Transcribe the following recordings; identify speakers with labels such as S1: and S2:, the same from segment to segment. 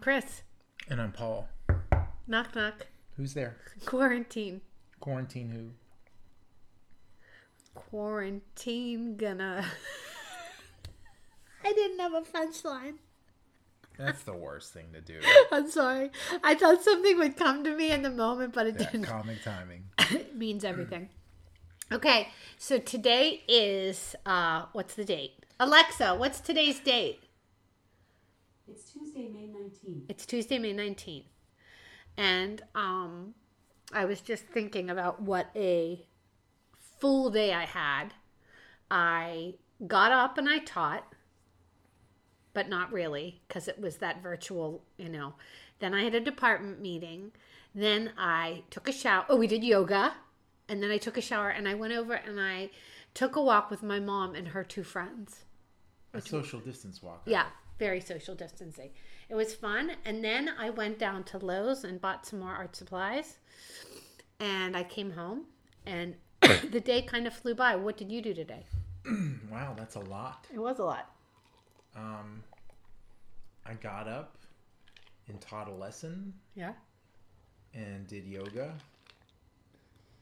S1: Chris.
S2: And I'm Paul.
S1: Knock knock.
S2: Who's there?
S1: Quarantine.
S2: Quarantine who?
S1: Quarantine gonna. I didn't have a punchline.
S2: That's the worst thing to do.
S1: I'm sorry. I thought something would come to me in the moment, but it
S2: Yeah,
S1: didn't.
S2: comic timing.
S1: it means everything. Okay, so today is uh, what's the date? Alexa, what's today's date?
S3: It's Tuesday, May 19th.
S1: It's Tuesday, May 19th. And um I was just thinking about what a full day I had. I got up and I taught, but not really because it was that virtual, you know. Then I had a department meeting. Then I took a shower. Oh, we did yoga. And then I took a shower and I went over and I took a walk with my mom and her two friends.
S2: A social distance walk.
S1: Yeah, very social distancing. It was fun. And then I went down to Lowe's and bought some more art supplies. And I came home and the day kind of flew by. What did you do today?
S2: Mm, Wow, that's a lot.
S1: It was a lot.
S2: Um, I got up and taught a lesson
S1: Yeah.
S2: and did yoga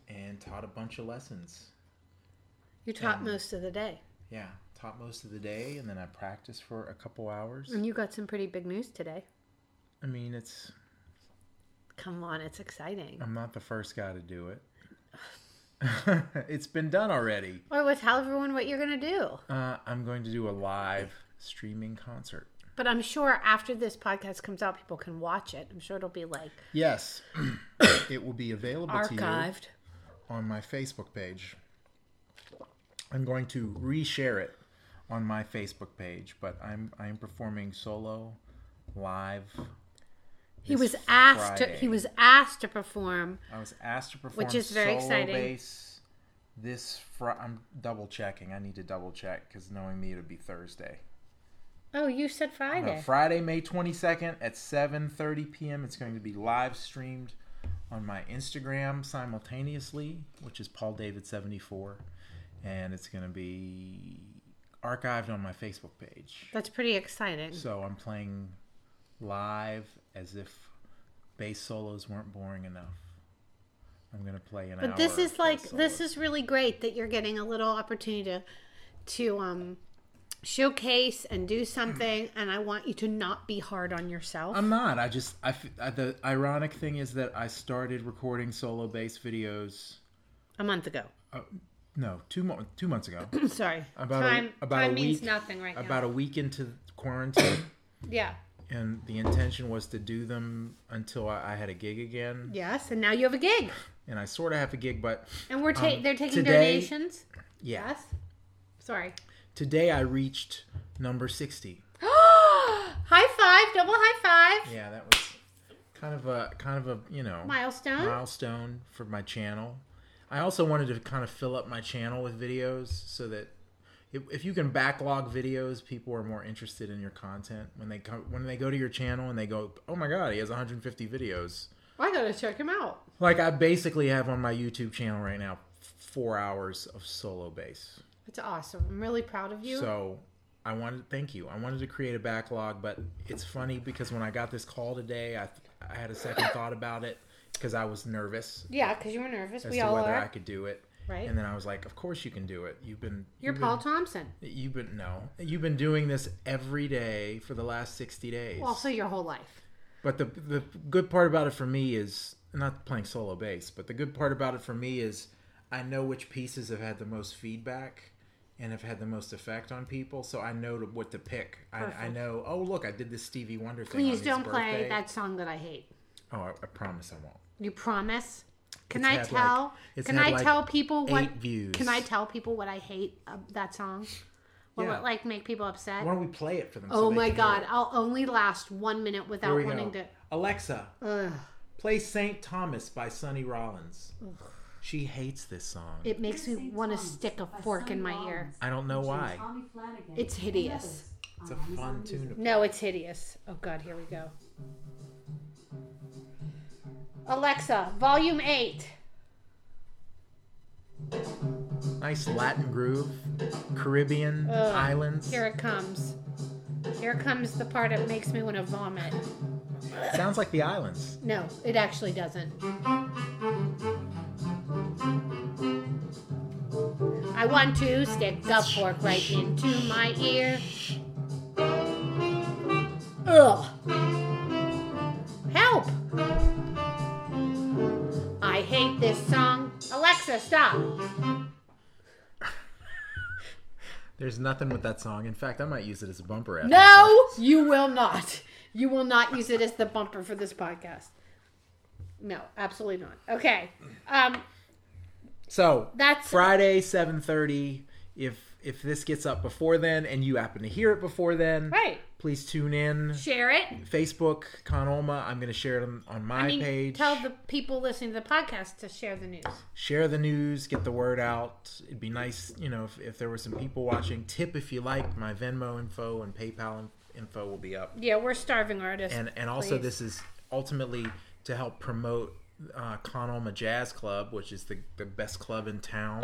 S2: and taught a bunch of lessons.
S1: You taught
S2: Um,
S1: most of the day.
S2: Yeah, taught most of the day and then I practiced for a couple hours.
S1: And you got some pretty big news today.
S2: I mean, it's
S1: Come on, it's exciting.
S2: I'm not the first guy to do it. it's been done already.
S1: Or well, tell everyone what you're going to do.
S2: Uh, I'm going to do a live streaming concert.
S1: But I'm sure after this podcast comes out, people can watch it. I'm sure it'll be like
S2: Yes, it will be available to you
S1: archived.
S2: on my Facebook page. I'm going to reshare it on my Facebook page, but I'm I'm performing solo live.
S1: He
S2: this
S1: was asked to,
S2: Friday.
S1: he was asked to perform
S2: I was asked to perform
S1: is very
S2: solo
S1: exciting.
S2: bass this fr- I'm double checking. I need to double check cuz knowing me it'll be Thursday.
S1: Oh, you said Friday.
S2: No, Uh, Friday, May 22nd at 7:30 p.m. It's going to be live streamed on my Instagram simultaneously, which is Paul David 74, and it's going to be archived on my Facebook page.
S1: That's pretty exciting.
S2: So I'm playing live as if bass solos weren't boring enough. I'm going to play an hour.
S1: but this
S2: of
S1: is
S2: bass
S1: like this
S2: solos.
S1: is really great that you're getting a little opportunity to to um showcase and do something and I want you to not be hard on yourself.
S2: I'm not. I just I, f- I- the ironic thing is that I started recording solo bass videos
S1: a month ago.
S2: uh, no, 2 mo- 2 months ago.
S1: Sorry.
S2: about
S1: time
S2: a, about
S1: time
S2: a
S1: means
S2: week,
S1: nothing right
S2: about a week into quarantine,
S1: now. Yeah.
S2: and the intention was to do them until I, I had a gig again,
S1: Yes, and now you have a gig.
S2: and I sort of have a gig, but
S1: And we're ta-
S2: Um,
S1: they're taking
S2: today-
S1: donations.
S2: yeah.
S1: Yes. Sorry.
S2: Today I reached number sixty.
S1: high five, double high five.
S2: Yeah, that was kind of a kind of a you know
S1: Milestone.
S2: milestone for my channel. I also wanted to kind of fill up my channel with videos so that if, if you can backlog videos, people are more interested in your content when they come when they go to your channel and they go, "Oh my god, he has 150 videos."
S1: I got to check him out.
S2: Like I basically have on my YouTube channel right now four hours of solo bass.
S1: That's awesome. I'm really proud of you.
S2: So I wanted thank you. I wanted to create a backlog, but it's funny because when I got this call today, I I had a second thought about it because I was nervous
S1: yeah, cuz you were nervous.
S2: as
S1: We
S2: to
S1: all
S2: whether I
S1: are.
S2: could do it.
S1: Right.
S2: And then I was like, of course you can do it. You've been
S1: You're
S2: you've
S1: Paul
S2: been-
S1: Thompson.
S2: You've been no. You've been doing this every day for the last 60 days.
S1: Also, your whole life.
S2: But the the good part about it for me is not playing solo bass, but the good part about it for me is I know which pieces have had the most feedback and have had the most effect on people, so I know to, what to pick. I, I know. Oh, look, I did this Stevie Wonder thing.
S1: Please
S2: on his
S1: don't play
S2: birthday.
S1: that song that I hate.
S2: Oh, I, I promise I won't.
S1: You promise? Can
S2: It's
S1: I
S2: had,
S1: tell?
S2: like- it's
S1: can
S2: had,
S1: I
S2: like,
S1: tell people what?
S2: eight views.
S1: Can I tell people what I hate of that song? Will
S2: Yeah.
S1: it like make people upset?
S2: Why don't we play it for them? so
S1: oh
S2: they
S1: my
S2: can hear
S1: god!
S2: it?
S1: I'll only last one minute
S2: Here
S1: without
S2: we
S1: wanting
S2: go.
S1: to.
S2: Alexa,
S1: Ugh,
S2: play St. Thomas by Sonny Rollins. She hates this song.
S1: it makes
S3: Here's
S1: me
S3: St.
S1: want to
S3: Thomas
S1: stick a
S3: by
S1: fork in
S3: Sonny
S1: my ear.
S3: Rollins,
S2: I don't know
S3: featuring
S2: why.
S3: Tommy Flanagan
S1: It's
S3: and
S1: hideous.
S3: others
S2: It's a
S3: on Amazon
S2: fun
S3: Music.
S2: tune. to
S1: No, it's hideous. Oh god, here we go. Alexa, volume eight.
S2: Nice Latin groove, Caribbean
S1: Ugh,
S2: islands.
S1: Here it comes. Here comes the part that makes me want to vomit.
S2: Sounds like the islands.
S1: No, it actually doesn't. I want to stick a fork right into my ear. Ugh. Help! I hate this song. Alexa, stop.
S2: There's nothing with that song. In fact, I might use it as a bumper after.
S1: No, you will not. You will not use it as the bumper for this podcast. No, absolutely not. Okay. Um,
S2: So
S1: That's-
S2: Friday, seven thirty. If if this gets up before then, and you happen to hear it before then,
S1: right.
S2: Please tune in.
S1: Share it.
S2: Facebook Conolma. I'm going to share it on, on my
S1: I mean,
S2: page.
S1: tell the people listening to the podcast to share the news.
S2: share the news, get the word out. It'd be nice, you know, if, if there were some people watching. Tip if you like. My Venmo info and PayPal in- info will be up.
S1: Yeah, we're starving artists.
S2: And and also
S1: Please.
S2: this is ultimately to help promote uh, Conolma Jazz Club, which is the the best club in town,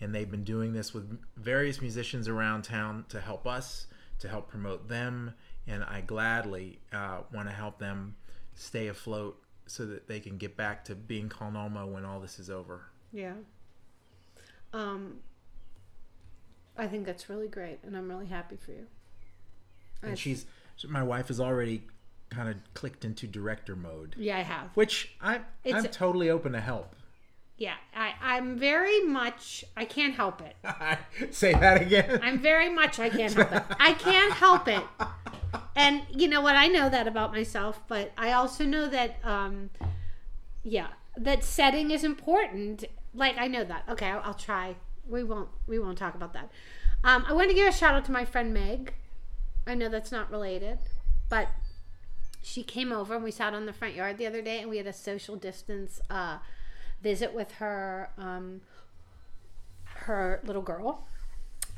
S2: and they've been doing this with various musicians around town to help us to help promote them. And I gladly uh, want to help them stay afloat so that they can get back to being Conolma when all this is over.
S1: yeah. Um, I think that's really great, and I'm really happy for you. I-
S2: and she's my wife is already kind of clicked into director mode
S1: Yeah, I have.
S2: which i
S1: It's-
S2: i'm totally open to help
S1: Yeah, I, I'm very much. I can't help it.
S2: say that again
S1: I'm very much I can't help it. I can't help it. And you know what? I know that about myself, but I also know that um yeah, that setting is important. Like I know that. Okay, I'll, I'll try. We won't we won't talk about that. Um I want to give a shout out to my friend Meg. I know that's not related, but she came over and we sat on the front yard the other day and we had a social distance uh visit with her um her little girl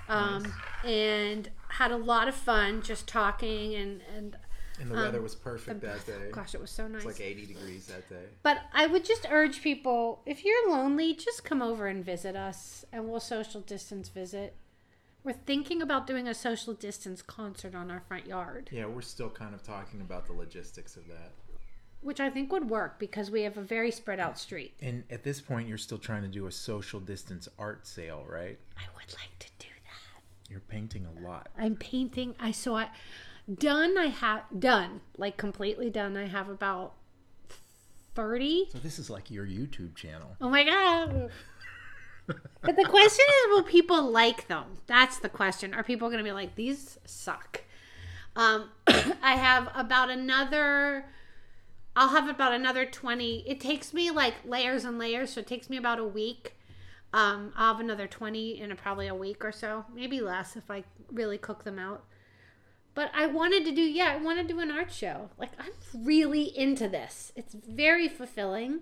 S1: um, and had a lot of fun just talking and and
S2: and the
S1: Um,
S2: weather was perfect that day
S1: gosh, it was so nice.
S2: it's like 80 degrees that day
S1: but I would just urge people if you're lonely, just come over and visit us, and we'll social distance visit. We're thinking about doing a social distance concert on our front yard,
S2: yeah we're still kind of talking about the logistics of that
S1: which I think would work because we have a very spread out street.
S2: and at this point you're still trying to do a social distance art sale right
S1: I would like to do that.
S2: you're painting a lot
S1: I'm painting. I saw it done. I have done like completely done. I have about thirty.
S2: so this is like your youtube channel
S1: Oh my god. but the question is will people like them? That's the question. Are people going to be like these suck? Um I have about another I'll have about another 20. It takes me like layers and layers, so it takes me about a week. Um I'll have another 20 in a, probably a week or so, maybe less if I really cook them out. But I wanted to do yeah, I want to do an art show. Like I'm really into this. It's very fulfilling.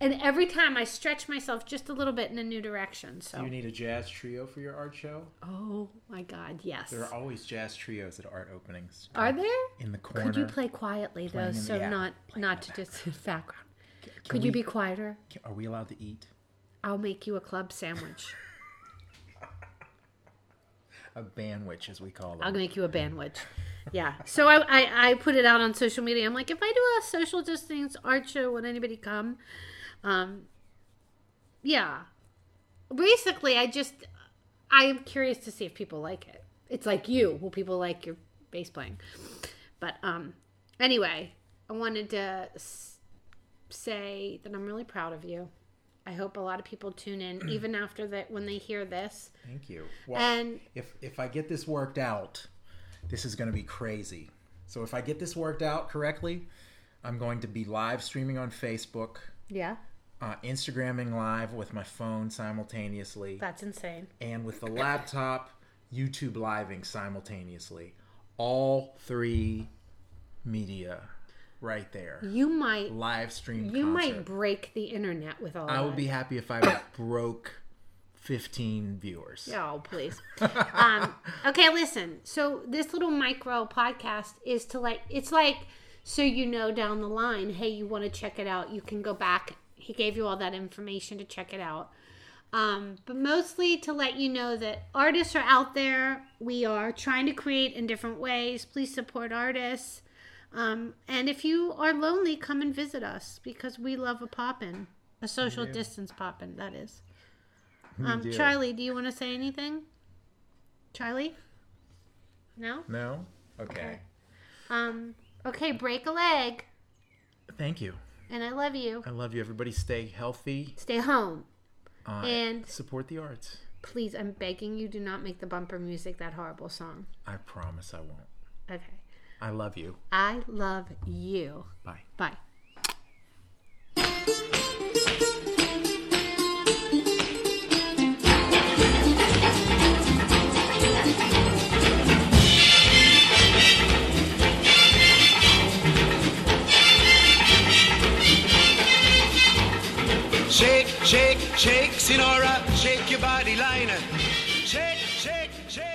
S1: And every time I stretch myself just a little bit in a new direction.
S2: you
S1: So,
S2: need a jazz trio for your art show
S1: oh my God, yes.
S2: there are always jazz trios at art openings
S1: Are there?
S2: in the corner
S1: Could you play quietly though,
S2: Playing in the-
S1: so
S2: yeah,
S1: not
S2: playing
S1: not
S2: in
S1: to
S2: the
S1: just background? Could you be
S2: we-
S1: quieter?
S2: are we allowed to eat
S1: I'll make you a club sandwich.
S2: a bandwidth as we call
S1: I'll
S2: them
S1: make you a bandwidth. Yeah. So I, I I put it out on social media. I'm like, if I do a social distance art show, would anybody come? Um, yeah. Basically, I just I am curious to see if people like it. It's like you. Will people like your bass playing? But um, anyway, I wanted to s- say that I'm really proud of you. I hope a lot of people tune in, even after that when they hear this.
S2: Thank you. Well,
S1: And-
S2: if if I get this worked out, this is going to be crazy. So if I get this worked out correctly, I'm going to be live streaming on Facebook,
S1: Yeah,
S2: uh, Instagramming live with my phone simultaneously,
S1: that's insane.
S2: and with the laptop, YouTube living simultaneously. All three media, right there,
S1: You might
S2: live stream.
S1: You
S2: concert.
S1: might break the internet with all
S2: I
S1: that.
S2: would be happy if I broke 15 viewers.
S1: Oh, please. um, okay, listen. So this little micro podcast is to like it's like so you know down the line, hey, you want to check it out, you can go back. He gave you all that information to check it out. Um, but mostly to let you know that artists are out there. We are trying to create in different ways. Please support artists. Um, and if you are lonely, come and visit us because we love a poppin, a social distance poppin. That is. Um,
S2: do.
S1: Charlie, do you want to say anything? Charlie. No.
S2: No? Okay.
S1: Um. Okay. Break a leg,
S2: Thank you.
S1: and I love you.
S2: I love you, everybody. Stay healthy
S1: Stay home,
S2: uh,
S1: and
S2: support the arts.
S1: please, I'm begging you, do not make the bumper music that horrible song.
S2: I promise I won't.
S1: Okay.
S2: I love you.
S1: I love you.
S2: Bye.
S1: Bye.
S4: Shake, shake, shake, Sinora, shake your body liner. Shake, shake, shake.